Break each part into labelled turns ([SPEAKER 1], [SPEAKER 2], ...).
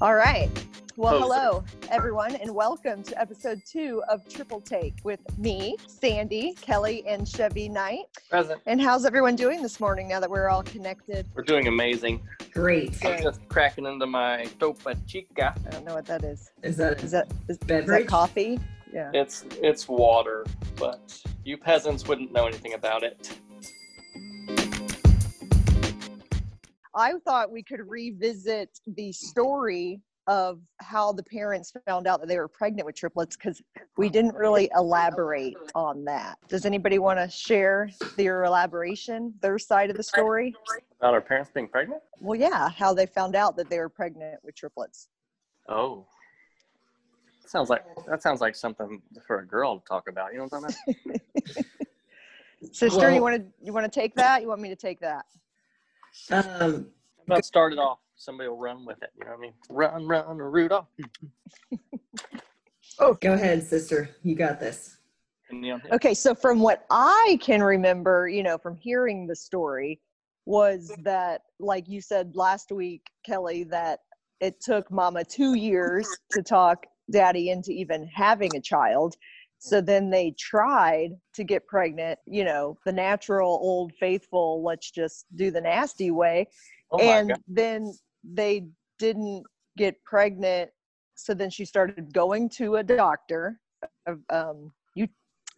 [SPEAKER 1] All right. Well,
[SPEAKER 2] Poser.
[SPEAKER 1] hello, everyone, and welcome to episode two of Triple Take with me, Sandy, Kelly, and Chevy Knight.
[SPEAKER 2] Present.
[SPEAKER 1] And how's everyone doing this morning now that we're all connected?
[SPEAKER 2] We're doing amazing.
[SPEAKER 3] Great.
[SPEAKER 2] I'm just cracking into my topa chica.
[SPEAKER 1] I don't know what that is.
[SPEAKER 3] Is that
[SPEAKER 1] Is that, is, is that
[SPEAKER 3] Beverage?
[SPEAKER 1] coffee? Yeah.
[SPEAKER 2] It's it's water, but you peasants wouldn't know anything about it.
[SPEAKER 1] I thought we could revisit the story of how the parents found out that they were pregnant with triplets because we didn't really elaborate on that. Does anybody want to share their elaboration, their side of the story?
[SPEAKER 2] About our parents being pregnant?
[SPEAKER 1] Well, yeah, how they found out that they were pregnant with triplets.
[SPEAKER 2] Oh. Sounds like that sounds like something for a girl to talk about. You know what I'm talking about?
[SPEAKER 1] Sister, you
[SPEAKER 3] Well-
[SPEAKER 1] want to you want to take that? You want me to take that?
[SPEAKER 3] um,
[SPEAKER 2] How about start it off. Somebody will run with it. You know what I mean? Run, run, Rudolph.
[SPEAKER 3] go ahead, sister. You got this.
[SPEAKER 2] And, you know,
[SPEAKER 1] Okay, so from what I can remember, you know, from hearing the story, was that like you said last week, Kelly, that it took Mama two years to talk Daddy into even having a child. So then they tried to get pregnant, you know, the natural, old, faithful, let's just do the nasty way.
[SPEAKER 2] oh my
[SPEAKER 1] and
[SPEAKER 2] god.
[SPEAKER 1] then they didn't get pregnant so then she started going to a doctor of um you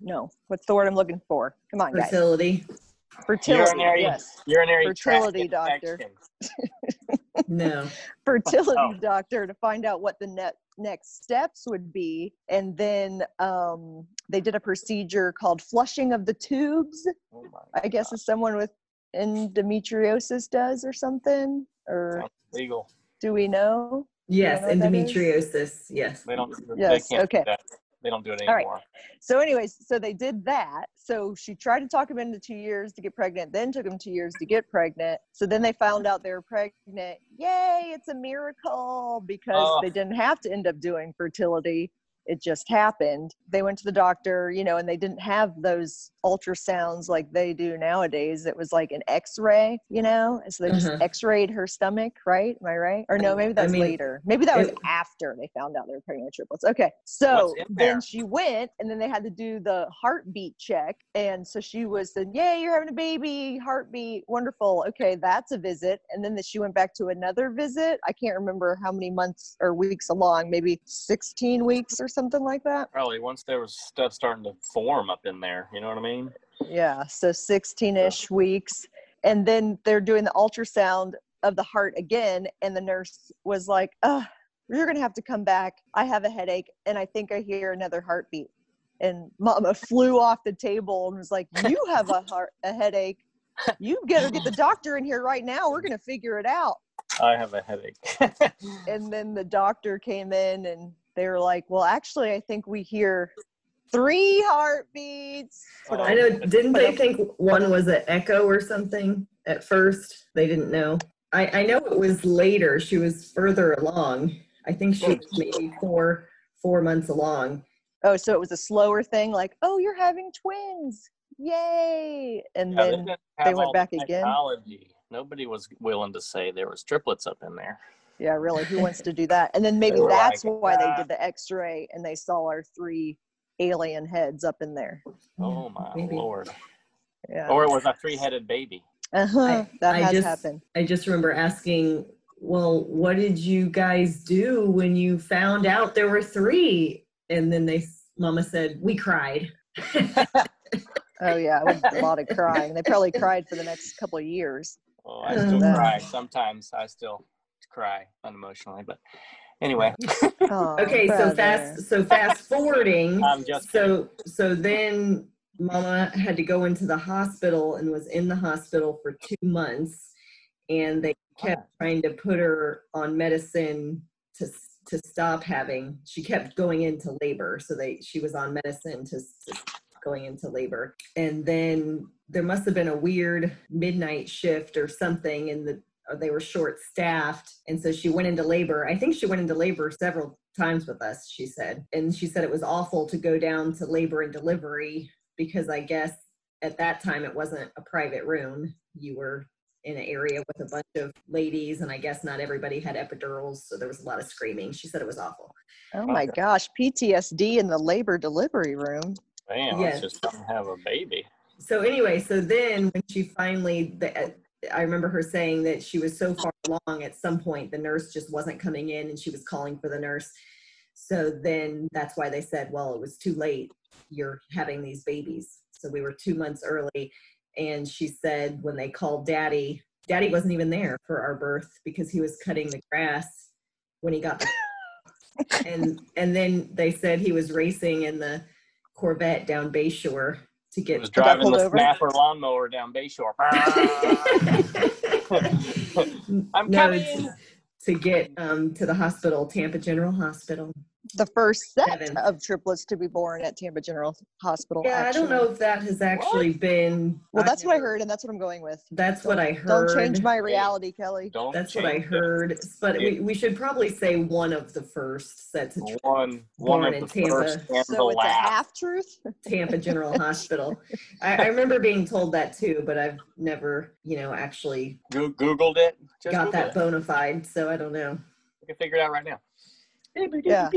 [SPEAKER 1] no what's the word i'm looking for come on guys
[SPEAKER 3] Fertility.
[SPEAKER 1] fertility
[SPEAKER 2] Urinary-
[SPEAKER 1] yes
[SPEAKER 2] Urinary tract
[SPEAKER 1] fertility doctor.
[SPEAKER 2] infection.
[SPEAKER 3] No.
[SPEAKER 1] fertility
[SPEAKER 2] Oh.
[SPEAKER 1] doctor to find out what the ne- next steps would be and then um they did a procedure called flushing of the tubes
[SPEAKER 2] Oh my
[SPEAKER 1] i guess
[SPEAKER 2] God.
[SPEAKER 1] if someone with endometriosis does or something or
[SPEAKER 2] Sounds legal.
[SPEAKER 1] do we know
[SPEAKER 3] Yes,
[SPEAKER 1] You know what that
[SPEAKER 3] endometriosis. Yes.
[SPEAKER 2] They don't.
[SPEAKER 1] Yes,
[SPEAKER 2] They can't
[SPEAKER 1] okay.
[SPEAKER 2] Do that. They don't do it
[SPEAKER 1] All right.
[SPEAKER 2] anymore.
[SPEAKER 1] So, anyways, so they did that. So she tried to talk him into two years to get pregnant, then took him two years to get pregnant. So then they found out they were pregnant. Yay, it's a miracle because
[SPEAKER 3] Ah.
[SPEAKER 2] Oh.
[SPEAKER 1] they didn't have to end up doing fertility. It just happened. They went to the doctor, you know, and they didn't have those ultrasounds like they do nowadays. It was like an x ray, you know? And so they just
[SPEAKER 3] Mhm.
[SPEAKER 1] x rayed her stomach, right? Am I right? Or no, maybe
[SPEAKER 3] I
[SPEAKER 1] that's
[SPEAKER 3] mean,
[SPEAKER 1] later. Maybe that was
[SPEAKER 3] it-
[SPEAKER 1] after they found out they were pregnant with triplets. Okay. So
[SPEAKER 2] What's in
[SPEAKER 1] then
[SPEAKER 2] there?
[SPEAKER 1] she went and then they had to do the heartbeat check. And so she was said, Yay, you're having a baby, heartbeat, wonderful. Okay, that's a visit. And then she went back to another visit. I can't remember how many months or weeks along, maybe 16 weeks or something like that.
[SPEAKER 2] Probably once there was stuff starting to form up in there. You know what I mean?
[SPEAKER 1] Yeah, so 16 ish weeks. And then they're doing the ultrasound of the heart again. And the nurse was like, Ugh, You're going to have to come back. I have a headache and I think I hear another heartbeat. And mama flew off the table and was like, You have a, heart, a headache. You better get the doctor in here right now. We're going to figure it out.
[SPEAKER 2] I have a headache.
[SPEAKER 1] And then the doctor came in and they were like, Well, actually, I think we hear three heartbeats.
[SPEAKER 2] Oh.
[SPEAKER 3] I know. Didn't they think one was an echo or something at first? They didn't know. I, I know it was later. She was further along. I think she was maybe four four months along.
[SPEAKER 1] Oh, so it was a slower thing, like, oh, you're having twins. Yay. And
[SPEAKER 2] Yeah,
[SPEAKER 1] then,
[SPEAKER 2] didn't
[SPEAKER 1] they
[SPEAKER 2] have
[SPEAKER 1] went
[SPEAKER 2] all the
[SPEAKER 1] back again.
[SPEAKER 2] Technology. Nobody was willing to say there was triplets up in there.
[SPEAKER 1] yeah, really, who wants to do that? And then maybe
[SPEAKER 2] were
[SPEAKER 1] that's
[SPEAKER 2] like,
[SPEAKER 1] why they
[SPEAKER 2] "Ah."
[SPEAKER 1] did the x ray and they saw our three alien heads up in there.
[SPEAKER 2] Oh my
[SPEAKER 3] Maybe.
[SPEAKER 2] lord!
[SPEAKER 1] Yeah.
[SPEAKER 2] Or it was a three-headed baby.
[SPEAKER 1] uh huh.
[SPEAKER 3] I-
[SPEAKER 1] That
[SPEAKER 3] I
[SPEAKER 1] has
[SPEAKER 3] just-
[SPEAKER 1] happened.
[SPEAKER 3] I just remember asking, well, what did you guys do when you found out there were three? And then they, Mama said, we cried.
[SPEAKER 1] Oh, yeah. It was a lot of crying. They probably cried for the next couple of years.
[SPEAKER 2] Oh, I still
[SPEAKER 3] Uh.
[SPEAKER 2] cry sometimes. I still cry unemotionally, but anyway,
[SPEAKER 1] Oh,
[SPEAKER 3] Okay, so
[SPEAKER 1] brother.
[SPEAKER 3] fast, so fast forwarding.
[SPEAKER 2] I'm just
[SPEAKER 3] So, so then Mama had to go into the hospital and was in the hospital for two months, and they kept trying to put her on medicine to to stop having. She kept going into labor, so they she was on medicine to, to stop going into labor, and then there must have been a weird midnight shift or something, and the or they were short staffed and so she went into labor i think she went into labor several times with us she said and she said it was awful to go down to labor and delivery because i guess at that time it wasn't a private room you were in an area with a bunch of ladies, and I guess not everybody had epidurals, so there was a lot of screaming. She said it was awful.
[SPEAKER 1] Oh my gosh, PTSD in the labor delivery room.
[SPEAKER 2] Man,
[SPEAKER 3] Yes.
[SPEAKER 2] let's just come have a baby.
[SPEAKER 3] So anyway, so then when she finally, the, uh, I remember her saying that she was so far along at some point, the nurse just wasn't coming in, and she was calling for the nurse. So then that's why they said, well, it was too late. You're having these babies. So we were two months early, and she said when they called Daddy, Daddy wasn't even there for our birth because he was cutting the grass when he got the and and then they said he was racing in the Corvette down Bayshore to
[SPEAKER 2] He
[SPEAKER 3] get
[SPEAKER 2] was driving
[SPEAKER 1] pulled
[SPEAKER 2] the
[SPEAKER 1] over?
[SPEAKER 2] snapper lawnmower down Bayshore. I'm
[SPEAKER 3] no,
[SPEAKER 2] coming.
[SPEAKER 3] it's to get um, to the hospital, Tampa General Hospital.
[SPEAKER 1] The first set
[SPEAKER 3] Seven.
[SPEAKER 1] of triplets to be born at Tampa General Hospital.
[SPEAKER 3] Yeah, I don't
[SPEAKER 1] actually.
[SPEAKER 3] know if that has actually been.
[SPEAKER 1] Well,
[SPEAKER 3] I've
[SPEAKER 1] that's what I
[SPEAKER 3] never-
[SPEAKER 1] heard, and that's what I'm going with.
[SPEAKER 3] That's what I heard.
[SPEAKER 1] Don't change my reality, Kelly.
[SPEAKER 2] Don't
[SPEAKER 3] That's what I
[SPEAKER 2] change it.
[SPEAKER 3] heard. But we, we should probably say one of the first sets of
[SPEAKER 2] One, one
[SPEAKER 3] Born
[SPEAKER 2] of
[SPEAKER 3] in
[SPEAKER 2] the first
[SPEAKER 3] Tampa.
[SPEAKER 2] and the
[SPEAKER 1] So it's a
[SPEAKER 2] last.
[SPEAKER 1] half truth.
[SPEAKER 3] Tampa General Hospital. I, I remember being told that too, but I've never, you know, actually
[SPEAKER 2] Goo- Googled it. Just
[SPEAKER 3] got
[SPEAKER 2] Google
[SPEAKER 3] that
[SPEAKER 2] it.
[SPEAKER 3] bona fide. So I don't know.
[SPEAKER 2] You can figure it out right now.
[SPEAKER 1] Yeah.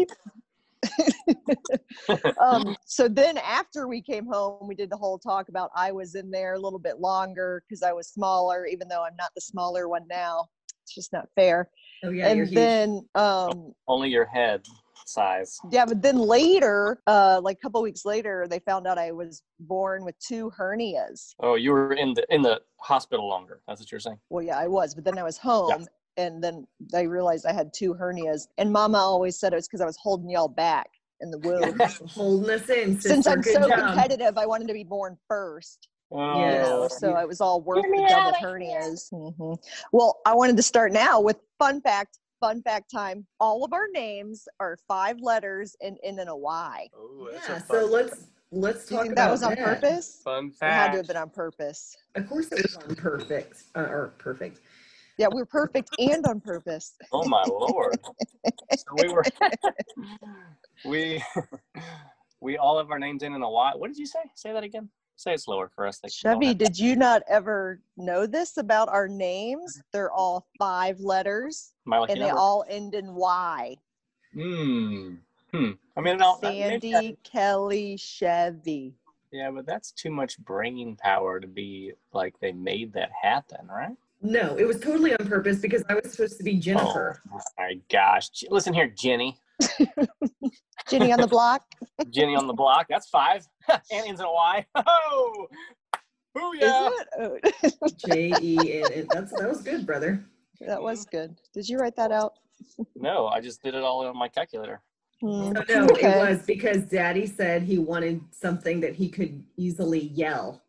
[SPEAKER 1] um, so then after we came home, we did the whole talk about I was in there a little bit longer because I was smaller, even though I'm not the smaller one now. It's just not fair.
[SPEAKER 3] Oh yeah, you're
[SPEAKER 1] and
[SPEAKER 3] huge.
[SPEAKER 1] then, um,
[SPEAKER 2] Only your head size.
[SPEAKER 1] yeah, but then later, uh, like a couple weeks later, they found out I was born with two hernias.
[SPEAKER 2] Oh, you were in the in the hospital longer. That's what you're saying.
[SPEAKER 1] Well, yeah, I was, but then I was home. And then I realized I had two hernias. And mama always said it was because I was holding y'all back in the womb.
[SPEAKER 3] holding us in
[SPEAKER 1] Since
[SPEAKER 3] sister.
[SPEAKER 1] I'm
[SPEAKER 3] Good
[SPEAKER 1] so
[SPEAKER 3] job.
[SPEAKER 1] competitive, I wanted to be born first.
[SPEAKER 2] Oh,
[SPEAKER 1] you know,
[SPEAKER 3] Yeah.
[SPEAKER 1] so I was all worth
[SPEAKER 2] Get me
[SPEAKER 1] the double
[SPEAKER 2] outta here.
[SPEAKER 1] hernias. Mhm. Well, I wanted to start now with fun fact. Fun fact time. All of our names are five letters and end in a Y.
[SPEAKER 2] Oh, that's a
[SPEAKER 3] Yeah,
[SPEAKER 2] fun-
[SPEAKER 3] so let's let's
[SPEAKER 1] Do you
[SPEAKER 3] talk
[SPEAKER 1] think
[SPEAKER 3] about
[SPEAKER 1] that was on purpose?
[SPEAKER 2] fun
[SPEAKER 1] It had to have
[SPEAKER 2] fact.
[SPEAKER 1] been on purpose.
[SPEAKER 3] Of course, it was on perfect uh, or perfect.
[SPEAKER 1] Yeah, we were perfect and on purpose.
[SPEAKER 2] Oh my lord! so we were we we all have our names in in a lot. What did you say? Say that again. Say it slower for us. They don't
[SPEAKER 1] Chevy,
[SPEAKER 2] have-
[SPEAKER 1] did you not ever know this about our names? They're all five letters
[SPEAKER 2] Am I like
[SPEAKER 1] and
[SPEAKER 2] you
[SPEAKER 1] they
[SPEAKER 2] all-
[SPEAKER 1] all end in Y.
[SPEAKER 2] Hmm. Hmm. I mean, no, that- maybe that-
[SPEAKER 1] Sandy, Kelly, Chevy.
[SPEAKER 2] yeah, but that's too much brain power to be like they made that happen, right?
[SPEAKER 3] No, it was totally on purpose because I was supposed to be Jennifer.
[SPEAKER 2] Oh my gosh! J- Listen here, Jenny.
[SPEAKER 1] Jenny on the block.
[SPEAKER 2] Jenny on the block. That's five. and ends in a Y. Oh, booyah!
[SPEAKER 1] Is it? Oh.
[SPEAKER 3] J E N. N. That's that was good, brother.
[SPEAKER 1] That was good. Did you write that out?
[SPEAKER 2] No, I just did it all on my calculator.
[SPEAKER 1] Mm,
[SPEAKER 3] No, no,
[SPEAKER 1] Okay.
[SPEAKER 3] it was because Daddy said he wanted something that he could easily yell.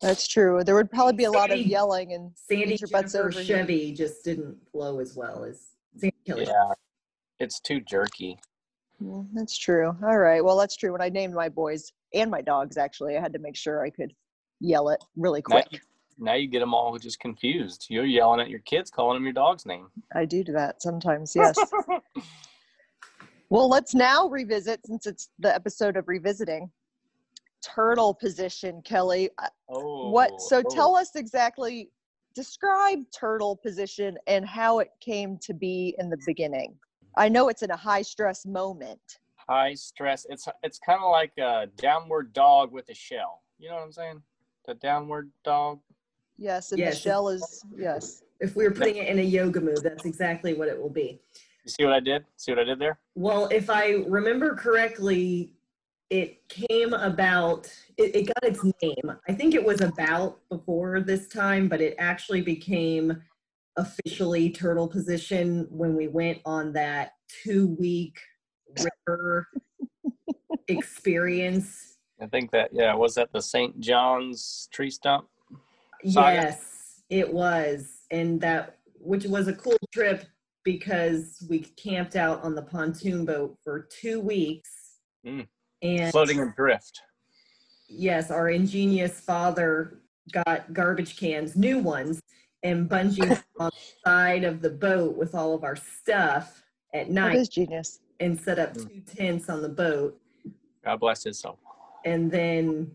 [SPEAKER 1] that's true. There would probably be a lot of
[SPEAKER 3] Sandy.
[SPEAKER 1] yelling and
[SPEAKER 3] Sandy
[SPEAKER 1] Get your butts
[SPEAKER 3] Jennifer
[SPEAKER 1] over here.
[SPEAKER 3] Chevy just didn't flow as well as Sandy Kelly.
[SPEAKER 2] Yeah, it's too jerky.
[SPEAKER 1] Mm, that's true. All right. Well, that's true. When I named my boys and my dogs, actually, I had to make sure I could yell it really
[SPEAKER 2] Now,
[SPEAKER 1] quick.
[SPEAKER 2] now you get them all just confused. You're yelling at your kids, calling them your dog's name.
[SPEAKER 1] I do do that sometimes. Yes. well, let's now revisit since it's the episode of revisiting turtle position, Kelly. Uh,
[SPEAKER 2] Oh,
[SPEAKER 1] What? So
[SPEAKER 2] oh.
[SPEAKER 1] tell us exactly. Describe turtle position and how it came to be in the beginning. I know it's in a high stress moment.
[SPEAKER 2] High stress. It's it's kind of like a downward dog with a shell. You know what I'm saying? The downward dog.
[SPEAKER 1] Yes, and
[SPEAKER 3] Yes,
[SPEAKER 1] the
[SPEAKER 3] it's-
[SPEAKER 1] shell is yes.
[SPEAKER 3] If we were putting it in a yoga move, that's exactly what it will be.
[SPEAKER 2] You see what I did? See what I did there?
[SPEAKER 3] Well, if I remember correctly, it came about, it, it got its name. I think it was about before this time, but it actually became officially turtle position when we went on that two week river experience.
[SPEAKER 2] I think that yeah. Was that the St. John's tree stump? Saga.
[SPEAKER 3] Yes, it was. And that, which was a cool trip because we camped out on the pontoon boat for two weeks.
[SPEAKER 2] Mm.
[SPEAKER 3] And
[SPEAKER 2] Floating adrift.
[SPEAKER 3] yes, our ingenious father got garbage cans, new ones, and bungee on the side of the boat with all of our stuff at
[SPEAKER 1] That
[SPEAKER 3] night
[SPEAKER 1] is genius.
[SPEAKER 3] and set up
[SPEAKER 2] Mm.
[SPEAKER 3] two tents on the boat.
[SPEAKER 2] God bless his soul.
[SPEAKER 3] And then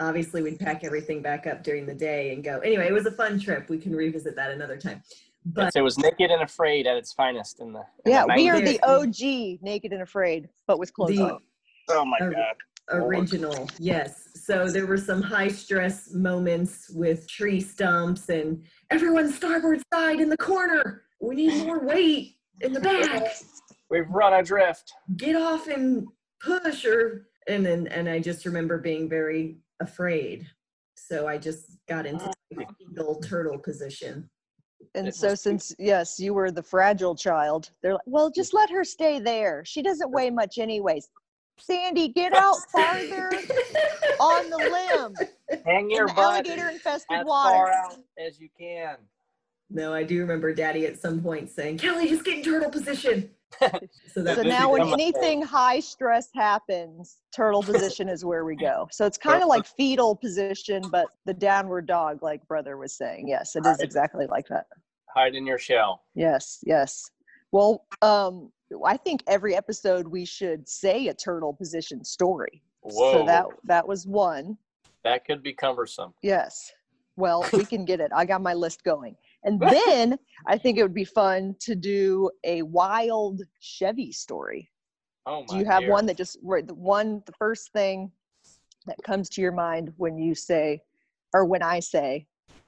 [SPEAKER 3] obviously we'd pack everything back up during the day and go. Anyway, it was a fun trip. We can revisit that another time. But
[SPEAKER 2] Yes, it was naked and afraid at its finest in the. in
[SPEAKER 1] Yeah,
[SPEAKER 2] the
[SPEAKER 1] we are
[SPEAKER 2] 90s.
[SPEAKER 1] the OG Naked and Afraid, but with clothes
[SPEAKER 3] the
[SPEAKER 1] on.
[SPEAKER 2] Oh my
[SPEAKER 3] Oh.
[SPEAKER 2] god.
[SPEAKER 3] original, yes. So there were some high stress moments with tree stumps and everyone starboard side in the corner. We need more weight in the back.
[SPEAKER 2] We've run adrift.
[SPEAKER 3] get off and push or and then and I just remember being very afraid. So I just got into the eagle turtle position.
[SPEAKER 1] And
[SPEAKER 2] It
[SPEAKER 1] so,
[SPEAKER 2] must be-
[SPEAKER 1] since yes, you were the fragile child, they're like, well, just let her stay there. She doesn't weigh much, anyways. Sandy, get out farther on the limb in
[SPEAKER 2] Hang your
[SPEAKER 1] the
[SPEAKER 2] butt
[SPEAKER 1] alligator infested
[SPEAKER 2] as far
[SPEAKER 1] water.
[SPEAKER 2] out as you can.
[SPEAKER 3] no, I do remember daddy at some point saying, Kelly, just get in turtle position. so that
[SPEAKER 1] So
[SPEAKER 2] This
[SPEAKER 1] now, when
[SPEAKER 2] become a-
[SPEAKER 1] anything high stress happens, turtle position is where we go. So it's kind of like fetal position, but the downward dog, like brother was saying. Yes, it is
[SPEAKER 2] Right.
[SPEAKER 1] exactly like that.
[SPEAKER 2] Hide in your shell.
[SPEAKER 1] Yes, yes. Well, um, I think every episode we should say a turtle position story.
[SPEAKER 2] Whoa.
[SPEAKER 1] So that
[SPEAKER 2] that,
[SPEAKER 1] that was one.
[SPEAKER 2] could be cumbersome.
[SPEAKER 1] Yes. Well, we can get it. I got my list going. And then I think it would be fun to do a wild Chevy story.
[SPEAKER 2] Oh my
[SPEAKER 1] Do you have
[SPEAKER 2] dear.
[SPEAKER 1] one that just right, the one the first thing that comes to your mind when you say or when I say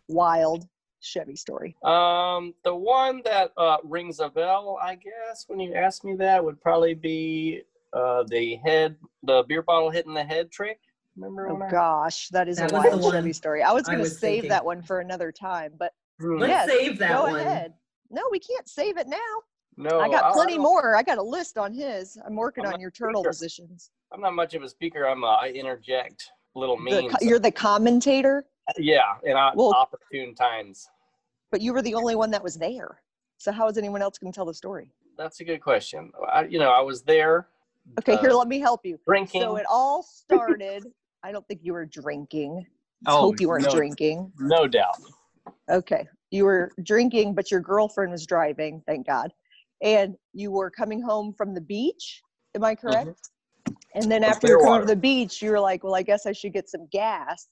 [SPEAKER 1] wild Chevy story?
[SPEAKER 2] Um, the one that uh, rings a bell, I guess, when you ask me that, would probably be uh, the head, the beer bottle hitting the head trick. Remember?
[SPEAKER 1] Oh
[SPEAKER 2] when I-
[SPEAKER 1] gosh, that is
[SPEAKER 3] That
[SPEAKER 1] a
[SPEAKER 3] was the
[SPEAKER 1] wild
[SPEAKER 3] one
[SPEAKER 1] Chevy story. I was
[SPEAKER 3] I
[SPEAKER 1] going to
[SPEAKER 3] was
[SPEAKER 1] save
[SPEAKER 3] thinking.
[SPEAKER 1] that one for another time, but
[SPEAKER 2] Hmm,
[SPEAKER 1] Yeah,
[SPEAKER 3] let's save that
[SPEAKER 1] go
[SPEAKER 3] one.
[SPEAKER 1] ahead. No, we can't save it now.
[SPEAKER 2] No,
[SPEAKER 1] I got plenty
[SPEAKER 2] Oh, don't-
[SPEAKER 1] more. I got a list on his. I'm working on
[SPEAKER 2] I'm not
[SPEAKER 1] your turtle
[SPEAKER 2] sure.
[SPEAKER 1] positions.
[SPEAKER 2] I'm not much of a speaker. I'm a, I interject little
[SPEAKER 1] The,
[SPEAKER 2] memes. Uh,
[SPEAKER 1] co- you're the commentator,
[SPEAKER 2] yeah, in o-
[SPEAKER 1] Well-
[SPEAKER 2] opportune times.
[SPEAKER 1] but you were the only one that was there. So how is anyone else going to tell the story?
[SPEAKER 2] That's a good question. I, you know, I was there
[SPEAKER 1] Okay, here,
[SPEAKER 2] Uh,
[SPEAKER 1] let me help you.
[SPEAKER 2] drinking.
[SPEAKER 1] So it all started. I don't think you were drinking. Let's
[SPEAKER 2] Oh,
[SPEAKER 1] hope you weren't
[SPEAKER 2] no.
[SPEAKER 1] drinking.
[SPEAKER 2] no doubt.
[SPEAKER 1] Okay. You were drinking, but your girlfriend was driving, thank God. And you were coming home from the beach. Am I correct? And then
[SPEAKER 2] Mm-hmm. From
[SPEAKER 1] after you were coming
[SPEAKER 2] Clearwater.
[SPEAKER 1] from the beach, you were like, well, I guess I should get some gas.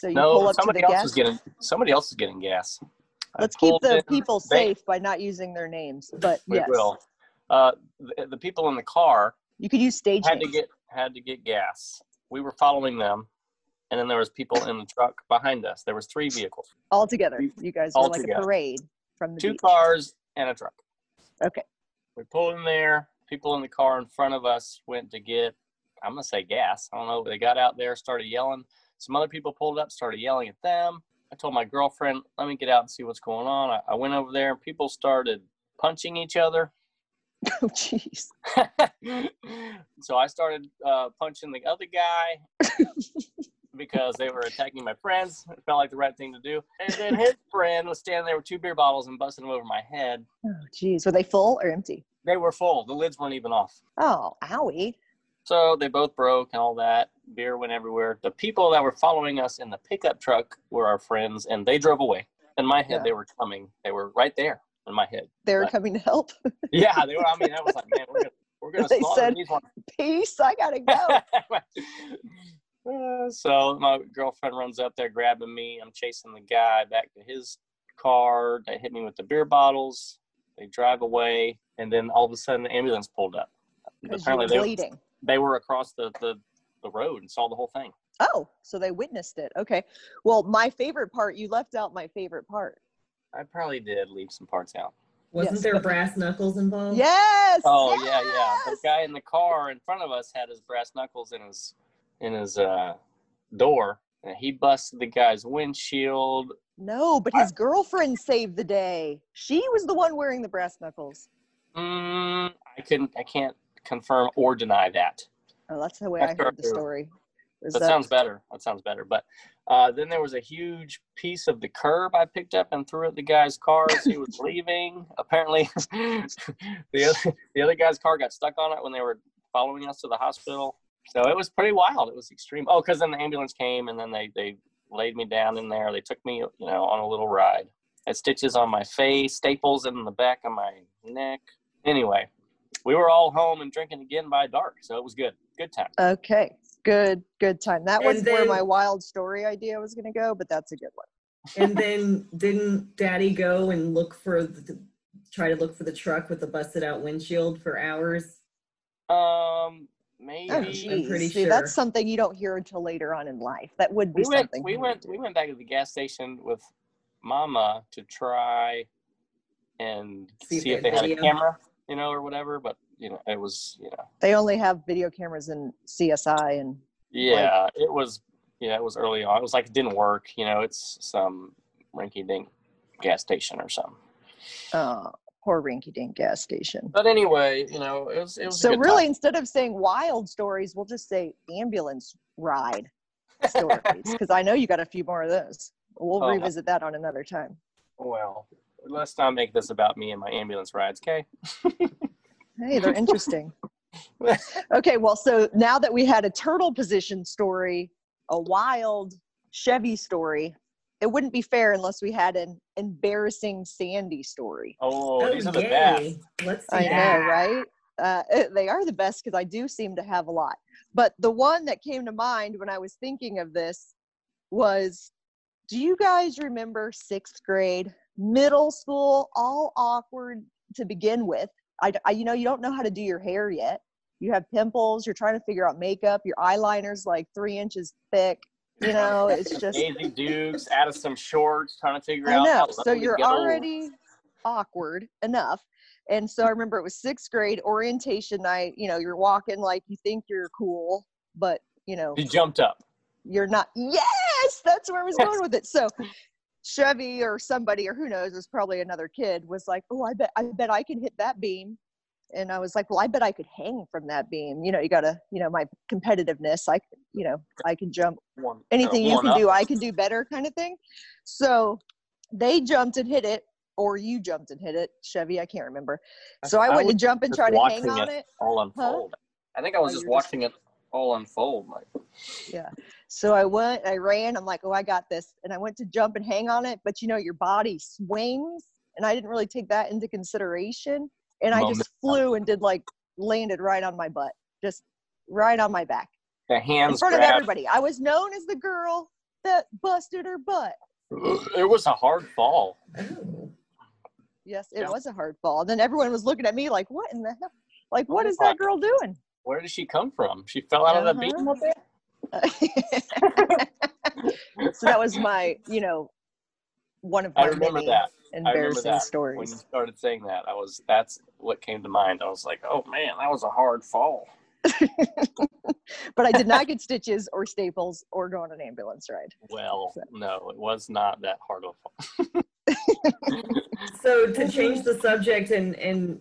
[SPEAKER 1] So you pull
[SPEAKER 2] No,
[SPEAKER 1] up to the
[SPEAKER 2] somebody else
[SPEAKER 1] gas.
[SPEAKER 2] is getting somebody else is getting gas. I
[SPEAKER 1] Let's keep
[SPEAKER 2] pulled
[SPEAKER 1] the
[SPEAKER 2] in-
[SPEAKER 1] people
[SPEAKER 2] They-
[SPEAKER 1] safe by not using their names. But
[SPEAKER 2] We
[SPEAKER 1] yes,
[SPEAKER 2] will. Uh, the, the people in the car
[SPEAKER 1] you could use stage
[SPEAKER 2] had to
[SPEAKER 1] names.
[SPEAKER 2] get had to get gas. We were following them, and then there was people in the truck behind us. There was three vehicles,
[SPEAKER 1] all together. You guys
[SPEAKER 2] all
[SPEAKER 1] were like
[SPEAKER 2] together.
[SPEAKER 1] a parade from the
[SPEAKER 2] two
[SPEAKER 1] beach.
[SPEAKER 2] cars and a truck.
[SPEAKER 1] Okay.
[SPEAKER 2] We pulled in there. People in the car in front of us went to get. I'm gonna say gas. I don't know. They got out there, started yelling. Some other people pulled up, started yelling at them. I told my girlfriend, "Let me get out and see what's going on." I, I went over there, and people started punching each other.
[SPEAKER 1] Oh, jeez.
[SPEAKER 2] so I started uh, punching the other guy because they were attacking my friends. It felt like the right thing to do. And then his friend was standing there with two beer bottles and busting them over my head.
[SPEAKER 1] Oh, jeez. Were they full or empty?
[SPEAKER 2] They were full. The lids weren't even off.
[SPEAKER 1] Oh, owie.
[SPEAKER 2] So they both broke and all that. Beer went everywhere. The people that were following us in the pickup truck were our friends, and they drove away. In my head,
[SPEAKER 1] Yeah.
[SPEAKER 2] they were coming. They were right there in my head.
[SPEAKER 1] They were
[SPEAKER 2] Right.
[SPEAKER 1] coming to help.
[SPEAKER 2] Yeah, they were. I mean, I was like, man, we're gonna we're gonna
[SPEAKER 1] They
[SPEAKER 2] slaughter
[SPEAKER 1] said-
[SPEAKER 2] these ones.
[SPEAKER 1] Peace. I got to go.
[SPEAKER 2] Uh, so my girlfriend runs up there grabbing me. I'm chasing the guy back to his car. They hit me with the beer bottles. They drive away, and then all of a sudden, the ambulance pulled up.
[SPEAKER 1] 'Cause you were
[SPEAKER 2] they, were-
[SPEAKER 1] bleeding.
[SPEAKER 2] they were across the, the, the road and saw the whole thing.
[SPEAKER 1] Oh, so they witnessed it. Okay. Well, my favorite part, you left out my favorite part.
[SPEAKER 2] I probably did leave some parts out.
[SPEAKER 3] Wasn't
[SPEAKER 1] Yes.
[SPEAKER 3] there brass knuckles involved?
[SPEAKER 1] Yes.
[SPEAKER 2] Mm. Oh yeah, yeah. The
[SPEAKER 1] yes!
[SPEAKER 2] guy in the car in front of us had his brass knuckles in his in his uh, door, and he busted the guy's windshield.
[SPEAKER 1] No, but his girlfriend saved the day. She was the one wearing the brass knuckles.
[SPEAKER 2] Mm, I couldn't. I can't confirm or deny that.
[SPEAKER 1] Oh, that's the way
[SPEAKER 2] That's
[SPEAKER 1] I heard the
[SPEAKER 2] correct.
[SPEAKER 1] story. Is
[SPEAKER 2] That,
[SPEAKER 1] that-
[SPEAKER 2] sounds better. That sounds better. But uh, then there was a huge piece of the curb I picked up and threw at the guy's car as he was leaving. Apparently, the other, the other guy's car got stuck on it when they were following us to the hospital. So it was pretty wild. It was extreme. Oh, because then the ambulance came and then they they laid me down in there. They took me, you know, on a little ride. I had stitches on my face, staples in the back of my neck. Anyway, we were all home and drinking again by dark, so it was good. Good time.
[SPEAKER 1] Okay. good good time that
[SPEAKER 3] And
[SPEAKER 1] was where
[SPEAKER 3] then-
[SPEAKER 1] my wild story idea was going to go but that's a good one
[SPEAKER 3] and then didn't daddy go and look for the, try to look for the truck with the busted out windshield for hours
[SPEAKER 2] Um, maybe
[SPEAKER 1] oh
[SPEAKER 3] I'm
[SPEAKER 1] geez
[SPEAKER 3] pretty
[SPEAKER 1] see
[SPEAKER 3] sure.
[SPEAKER 1] that's something you don't hear until later on in life that would be
[SPEAKER 2] we went.
[SPEAKER 1] something
[SPEAKER 2] We
[SPEAKER 1] you would
[SPEAKER 2] went.
[SPEAKER 1] do.
[SPEAKER 2] We went back to the gas station with Mama to try and
[SPEAKER 3] See
[SPEAKER 2] see,
[SPEAKER 3] if
[SPEAKER 2] if
[SPEAKER 3] they
[SPEAKER 2] they had
[SPEAKER 3] had
[SPEAKER 2] a
[SPEAKER 3] video.
[SPEAKER 2] camera, you know, or whatever. But you know, it was you know,
[SPEAKER 1] they only have video cameras in csi and
[SPEAKER 2] yeah, it was yeah, it was early on. It was like it didn't work. You know, it's some rinky dink gas station or something.
[SPEAKER 1] uh poor rinky dink gas station
[SPEAKER 2] But anyway, you know, it was it was a
[SPEAKER 1] so
[SPEAKER 2] good
[SPEAKER 1] really
[SPEAKER 2] time.
[SPEAKER 1] instead of saying wild stories we'll just say ambulance ride stories because i know you got a few more of those we'll
[SPEAKER 2] Oh.
[SPEAKER 1] revisit that on another time
[SPEAKER 2] Well, let's not make this about me and my ambulance rides, okay?
[SPEAKER 1] Hey, they're interesting. okay, well, so now that we had a turtle position story, a wild Chevy story, it wouldn't be fair unless we had an embarrassing Sandy story.
[SPEAKER 2] Oh, these are the best.
[SPEAKER 3] yay. let's do
[SPEAKER 1] I
[SPEAKER 3] that
[SPEAKER 1] know, right? Uh, eh, they are the best because I do seem to have a lot. But the one that came to mind when I was thinking of this was do you guys remember sixth grade, middle school, all awkward to begin with? I, d- I- you know, you don't know how to do your hair yet. You have pimples, you're trying to figure out makeup, your eyeliner's like three inches thick. You know, it's just,
[SPEAKER 2] Daisy Dukes, out of some shorts, trying to figure
[SPEAKER 1] I
[SPEAKER 2] out.
[SPEAKER 1] know.
[SPEAKER 2] how low
[SPEAKER 1] So
[SPEAKER 2] to
[SPEAKER 1] you're
[SPEAKER 2] go.
[SPEAKER 1] already awkward enough. And so I remember it was sixth grade orientation night. You know, you're walking like you think you're cool, but you know,
[SPEAKER 2] You jumped up.
[SPEAKER 1] you're not yes that's where i was going with it so chevy or somebody or who knows it was probably another kid was like oh i bet i bet i can hit that beam and i was like well i bet i could hang from that beam you know you gotta you know my competitiveness i you know i can jump
[SPEAKER 2] One,
[SPEAKER 1] anything
[SPEAKER 2] uh,
[SPEAKER 1] you
[SPEAKER 2] one
[SPEAKER 1] can do
[SPEAKER 2] up.
[SPEAKER 1] i can do better kind of thing so they jumped and hit it or you jumped and hit it chevy i can't remember so i
[SPEAKER 2] I
[SPEAKER 1] went to
[SPEAKER 2] was
[SPEAKER 1] jump and
[SPEAKER 2] just
[SPEAKER 1] try to hang
[SPEAKER 2] watching
[SPEAKER 1] on
[SPEAKER 2] it.
[SPEAKER 1] it
[SPEAKER 2] All unfold. I think I was
[SPEAKER 1] Oh,
[SPEAKER 2] just
[SPEAKER 1] you were just-
[SPEAKER 2] watching it all unfold. Like,
[SPEAKER 1] Yeah. So I went, I ran, I'm like, oh, I got this. And I went to jump and hang on it, but you know, your body swings. And I didn't really take that into consideration. And I just flew and did like, landed right on my butt, just right on my back
[SPEAKER 2] the
[SPEAKER 1] in
[SPEAKER 2] hands
[SPEAKER 1] front of
[SPEAKER 2] grabbed.
[SPEAKER 1] everybody. I was known as the girl that busted her butt.
[SPEAKER 2] It was a hard fall.
[SPEAKER 3] Oh.
[SPEAKER 1] Yes, it
[SPEAKER 2] Yeah.
[SPEAKER 1] was a hard fall. And then everyone was looking at me like, what in the hell? Like,
[SPEAKER 2] What
[SPEAKER 1] what
[SPEAKER 2] is
[SPEAKER 1] is that
[SPEAKER 2] that?
[SPEAKER 1] girl doing?
[SPEAKER 2] Where did she come from? She fell out of the
[SPEAKER 1] Uh-huh.
[SPEAKER 2] beam up there?
[SPEAKER 1] so that was my, you know, one of my
[SPEAKER 2] I remember
[SPEAKER 1] many
[SPEAKER 2] that. I remember
[SPEAKER 1] embarrassing
[SPEAKER 2] that. When
[SPEAKER 1] stories.
[SPEAKER 2] you started saying that, I was that's what came to mind. I was like, oh man, that was a hard fall.
[SPEAKER 1] but I did not get stitches or staples or go on an ambulance ride.
[SPEAKER 2] Well, no, it was not that hard of a
[SPEAKER 3] so
[SPEAKER 1] Mm-hmm.
[SPEAKER 3] to change the subject and and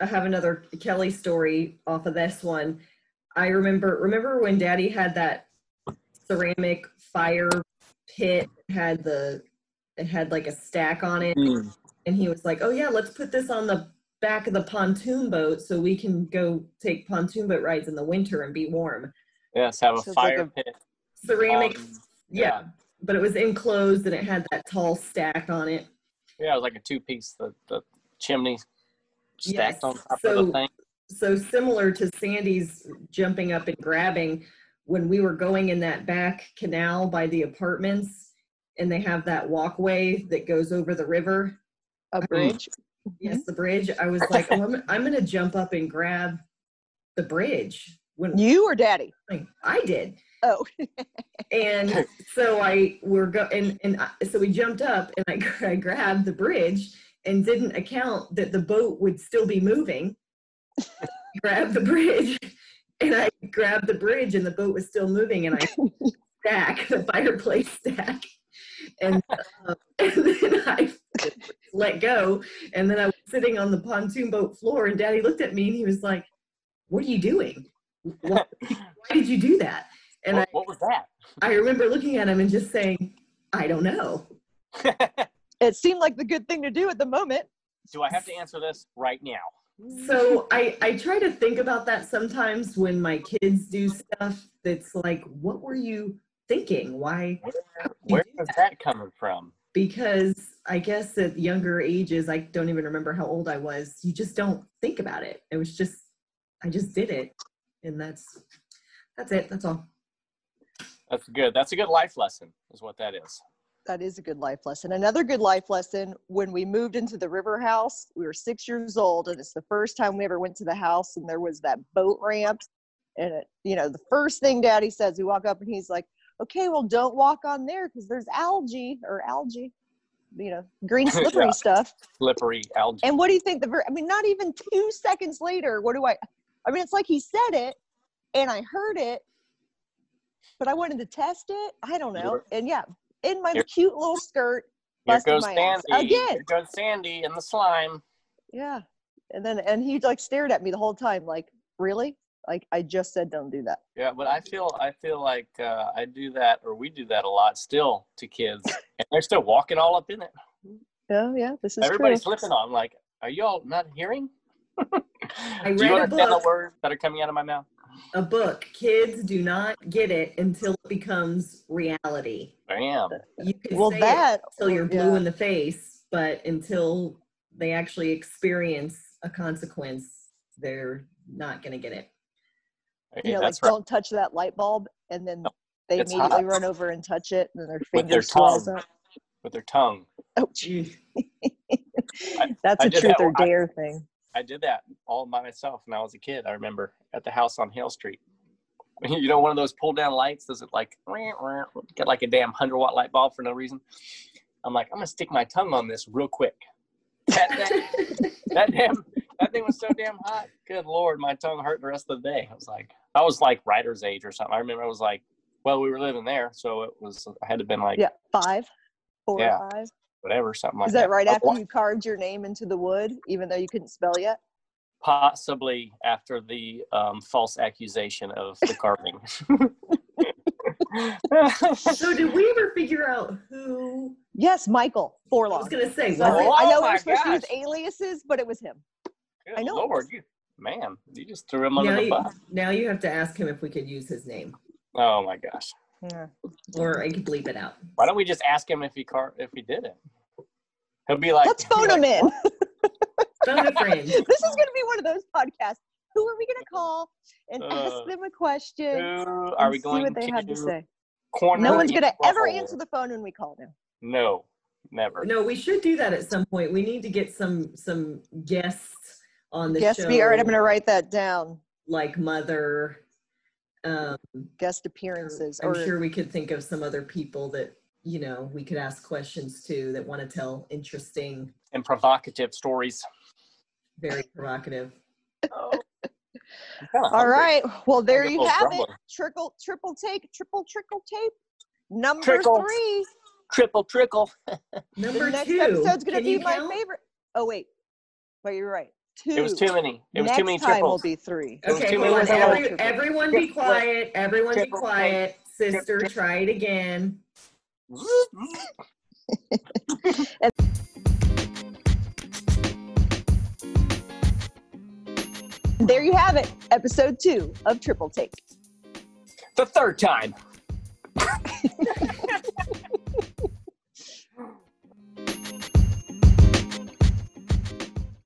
[SPEAKER 3] I have another kelly story off of this one i remember remember when daddy had that ceramic fire pit had the it had like a stack on it
[SPEAKER 1] Hmm.
[SPEAKER 2] fall.
[SPEAKER 3] and he was like, "Oh yeah, let's put this on the back of the pontoon boat so we can go take pontoon boat rides in the winter and be warm."
[SPEAKER 2] Yes, have a
[SPEAKER 1] Sounds like
[SPEAKER 2] fire
[SPEAKER 1] a-
[SPEAKER 2] pit.
[SPEAKER 3] Ceramic,
[SPEAKER 2] um,
[SPEAKER 3] yeah.
[SPEAKER 2] yeah.
[SPEAKER 3] but it was enclosed and it had that tall stack on it.
[SPEAKER 2] Yeah, it was like a two piece, the, the chimney stacked
[SPEAKER 3] Yes,
[SPEAKER 2] on top of
[SPEAKER 3] so-
[SPEAKER 2] the thing.
[SPEAKER 3] So similar to Sandy's jumping up and grabbing when we were going in that back canal by the apartments and they have that walkway that goes over the river.
[SPEAKER 1] A
[SPEAKER 2] Mm.
[SPEAKER 1] bridge.
[SPEAKER 3] Yes, the bridge. I was like, oh, I'm, I'm going to jump up and grab the bridge when
[SPEAKER 1] You or daddy?
[SPEAKER 3] I did.
[SPEAKER 1] Oh,
[SPEAKER 3] and so I were go and and I, so we jumped up and I, gra- I grabbed the bridge and didn't account that the boat would still be moving. grabbed the bridge and I grabbed the bridge and the boat was still moving and I stack the fireplace stack and, uh, and then I let go and then I was sitting on the pontoon boat floor and Daddy looked at me and he was like, "What are you doing? Why, why did you do that?" And I
[SPEAKER 2] what, what was that?
[SPEAKER 3] I remember looking at him and just saying, I don't know.
[SPEAKER 1] it seemed like the good thing to do at the moment.
[SPEAKER 2] Do I have to answer this right now?
[SPEAKER 3] So I, I try to think about that sometimes when my kids do stuff that's like, what were you thinking? Why?
[SPEAKER 2] Where, where is that coming from?
[SPEAKER 3] Because I guess at younger ages, I don't even remember how old I was, you just don't think about it. It was just, I just did it. And that's, that's it. That's all.
[SPEAKER 2] That's good. That's a good life lesson, is what that is.
[SPEAKER 1] That is a good life lesson. Another good life lesson when we moved into the river house, we were six years old, and it's the first time we ever went to the house, and there was that boat ramp. And, it, you know, the first thing daddy says, we walk up and he's like, okay, well, don't walk on there because there's algae or algae, you know, green slippery
[SPEAKER 2] Yeah.
[SPEAKER 1] stuff.
[SPEAKER 2] Slippery algae.
[SPEAKER 1] And what do you think? The ver- I mean, not even two seconds later, what do I? I mean, it's like he said it, and I heard it, but I wanted to test it. I don't know.
[SPEAKER 2] You're-
[SPEAKER 1] And yeah, in my
[SPEAKER 2] You're-
[SPEAKER 1] cute little skirt,
[SPEAKER 2] Here
[SPEAKER 1] busted
[SPEAKER 2] goes
[SPEAKER 1] my ass
[SPEAKER 2] Sandy.
[SPEAKER 1] again.
[SPEAKER 2] Here goes Sandy and the slime.
[SPEAKER 1] Yeah. And then and he like stared at me the whole time, like, really? Like I just said, don't do that.
[SPEAKER 2] Yeah, but I feel I feel like uh, I do that or we do that a lot still to kids, and they're still walking all up in it.
[SPEAKER 1] Oh yeah, this is
[SPEAKER 2] Everybody's
[SPEAKER 1] true.
[SPEAKER 2] flipping on. Like, are y'all not hearing? I
[SPEAKER 3] read
[SPEAKER 2] do
[SPEAKER 3] a
[SPEAKER 2] you understand the
[SPEAKER 3] book.
[SPEAKER 2] words that are coming out of my mouth?
[SPEAKER 3] A book. Kids do not get it until it becomes reality.
[SPEAKER 2] Bam.
[SPEAKER 3] You can
[SPEAKER 1] Well,
[SPEAKER 3] say it
[SPEAKER 1] that
[SPEAKER 3] until you're blue
[SPEAKER 1] yeah.
[SPEAKER 3] in the face, but until they actually experience a consequence, they're not going to get it.
[SPEAKER 1] you
[SPEAKER 2] Hey,
[SPEAKER 1] know, like
[SPEAKER 2] that's right.
[SPEAKER 1] don't touch that light bulb, and then they
[SPEAKER 2] It's
[SPEAKER 1] immediately
[SPEAKER 2] hot.
[SPEAKER 1] run over and touch it, and then their
[SPEAKER 2] With their
[SPEAKER 1] fingers swells
[SPEAKER 2] tongue.
[SPEAKER 1] up.
[SPEAKER 2] With their tongue.
[SPEAKER 1] Oh, that's
[SPEAKER 2] I
[SPEAKER 1] a
[SPEAKER 2] did
[SPEAKER 1] truth
[SPEAKER 2] that-
[SPEAKER 1] or
[SPEAKER 2] I-
[SPEAKER 1] dare thing.
[SPEAKER 2] I did that all by myself when I was a kid. I remember at the house on Hale Street. You know, one of those pull down lights does it like get like a damn hundred watt light bulb for no reason. I'm like, I'm gonna stick my tongue on this real quick. That, that, that damn that thing was so damn hot. Good lord, my tongue hurt the rest of the day. I was like, I was like writer's age or something. I remember I was like, well, we were living there, so it was I had to been like
[SPEAKER 1] Yeah, five, four,
[SPEAKER 2] Yeah,
[SPEAKER 1] or five.
[SPEAKER 2] whatever something like
[SPEAKER 1] Is that right
[SPEAKER 2] I-
[SPEAKER 1] after you carved your name into the wood, even though you couldn't spell yet?
[SPEAKER 2] possibly after the um, false accusation of the carving.
[SPEAKER 3] so, did we ever figure out who?
[SPEAKER 1] Yes, Michael
[SPEAKER 3] I
[SPEAKER 1] Forlong.
[SPEAKER 3] was going to say,
[SPEAKER 1] Sorry,
[SPEAKER 3] was
[SPEAKER 2] Oh,
[SPEAKER 1] I know we
[SPEAKER 2] my
[SPEAKER 1] we're supposed to use
[SPEAKER 2] gosh.
[SPEAKER 1] aliases, but it was him.
[SPEAKER 2] Good
[SPEAKER 1] I know.
[SPEAKER 2] Lord, you, man, you just threw him
[SPEAKER 3] it?
[SPEAKER 2] under
[SPEAKER 3] Now
[SPEAKER 2] the
[SPEAKER 3] you,
[SPEAKER 2] bus.
[SPEAKER 3] now you have to ask him if we could use his name,
[SPEAKER 2] Oh my gosh!
[SPEAKER 1] Yeah.
[SPEAKER 3] or I could bleep it out.
[SPEAKER 2] Why don't we just ask him if he car if he did it? He'll be like,
[SPEAKER 1] Let's phone him in.
[SPEAKER 3] Phone a friend.
[SPEAKER 1] this is going to be one of those podcasts. Who are we going to call and
[SPEAKER 2] Uh,
[SPEAKER 1] ask them a question?
[SPEAKER 2] Who are
[SPEAKER 1] and
[SPEAKER 2] we
[SPEAKER 1] see
[SPEAKER 2] going
[SPEAKER 1] what they had to
[SPEAKER 2] to
[SPEAKER 1] say?
[SPEAKER 2] corner?
[SPEAKER 1] No one's
[SPEAKER 2] the
[SPEAKER 1] going to ever
[SPEAKER 2] butthole?
[SPEAKER 1] answer the phone when we call them.
[SPEAKER 2] No, never.
[SPEAKER 3] No, we should do that at some point. We need to get some some guests on the
[SPEAKER 1] Guest
[SPEAKER 3] show.
[SPEAKER 1] be all right. I'm going to write that down.
[SPEAKER 3] like mother. Um,
[SPEAKER 1] Guest appearances,
[SPEAKER 3] I'm
[SPEAKER 1] or
[SPEAKER 3] sure we could think of some other people that you know we could ask questions to that want to tell interesting,
[SPEAKER 2] And provocative stories.
[SPEAKER 3] very provocative.
[SPEAKER 1] all right. Well, there
[SPEAKER 2] get
[SPEAKER 1] you
[SPEAKER 2] those
[SPEAKER 1] have it.
[SPEAKER 2] grumbling.
[SPEAKER 1] Trickle, triple take, triple trickle tape. Number
[SPEAKER 2] Trickle.
[SPEAKER 1] three.
[SPEAKER 2] Triple trickle.
[SPEAKER 3] Number
[SPEAKER 1] the next
[SPEAKER 3] two.
[SPEAKER 1] episode's going to
[SPEAKER 3] can you
[SPEAKER 1] be my
[SPEAKER 3] count?
[SPEAKER 1] favorite. Oh wait, but you're right. Two.
[SPEAKER 2] It was too many. It was
[SPEAKER 1] next
[SPEAKER 2] too many
[SPEAKER 1] time will
[SPEAKER 2] triples.
[SPEAKER 1] be three.
[SPEAKER 2] It was
[SPEAKER 3] Okay,
[SPEAKER 2] too
[SPEAKER 3] hold
[SPEAKER 2] many
[SPEAKER 3] on.
[SPEAKER 1] little
[SPEAKER 3] Every,
[SPEAKER 1] triples.
[SPEAKER 3] everyone be
[SPEAKER 2] Triplet.
[SPEAKER 3] quiet. Everyone be
[SPEAKER 2] Triplet.
[SPEAKER 3] quiet. Sister, try it again.
[SPEAKER 1] There you have it. Episode two of Triple Take.
[SPEAKER 2] the third time.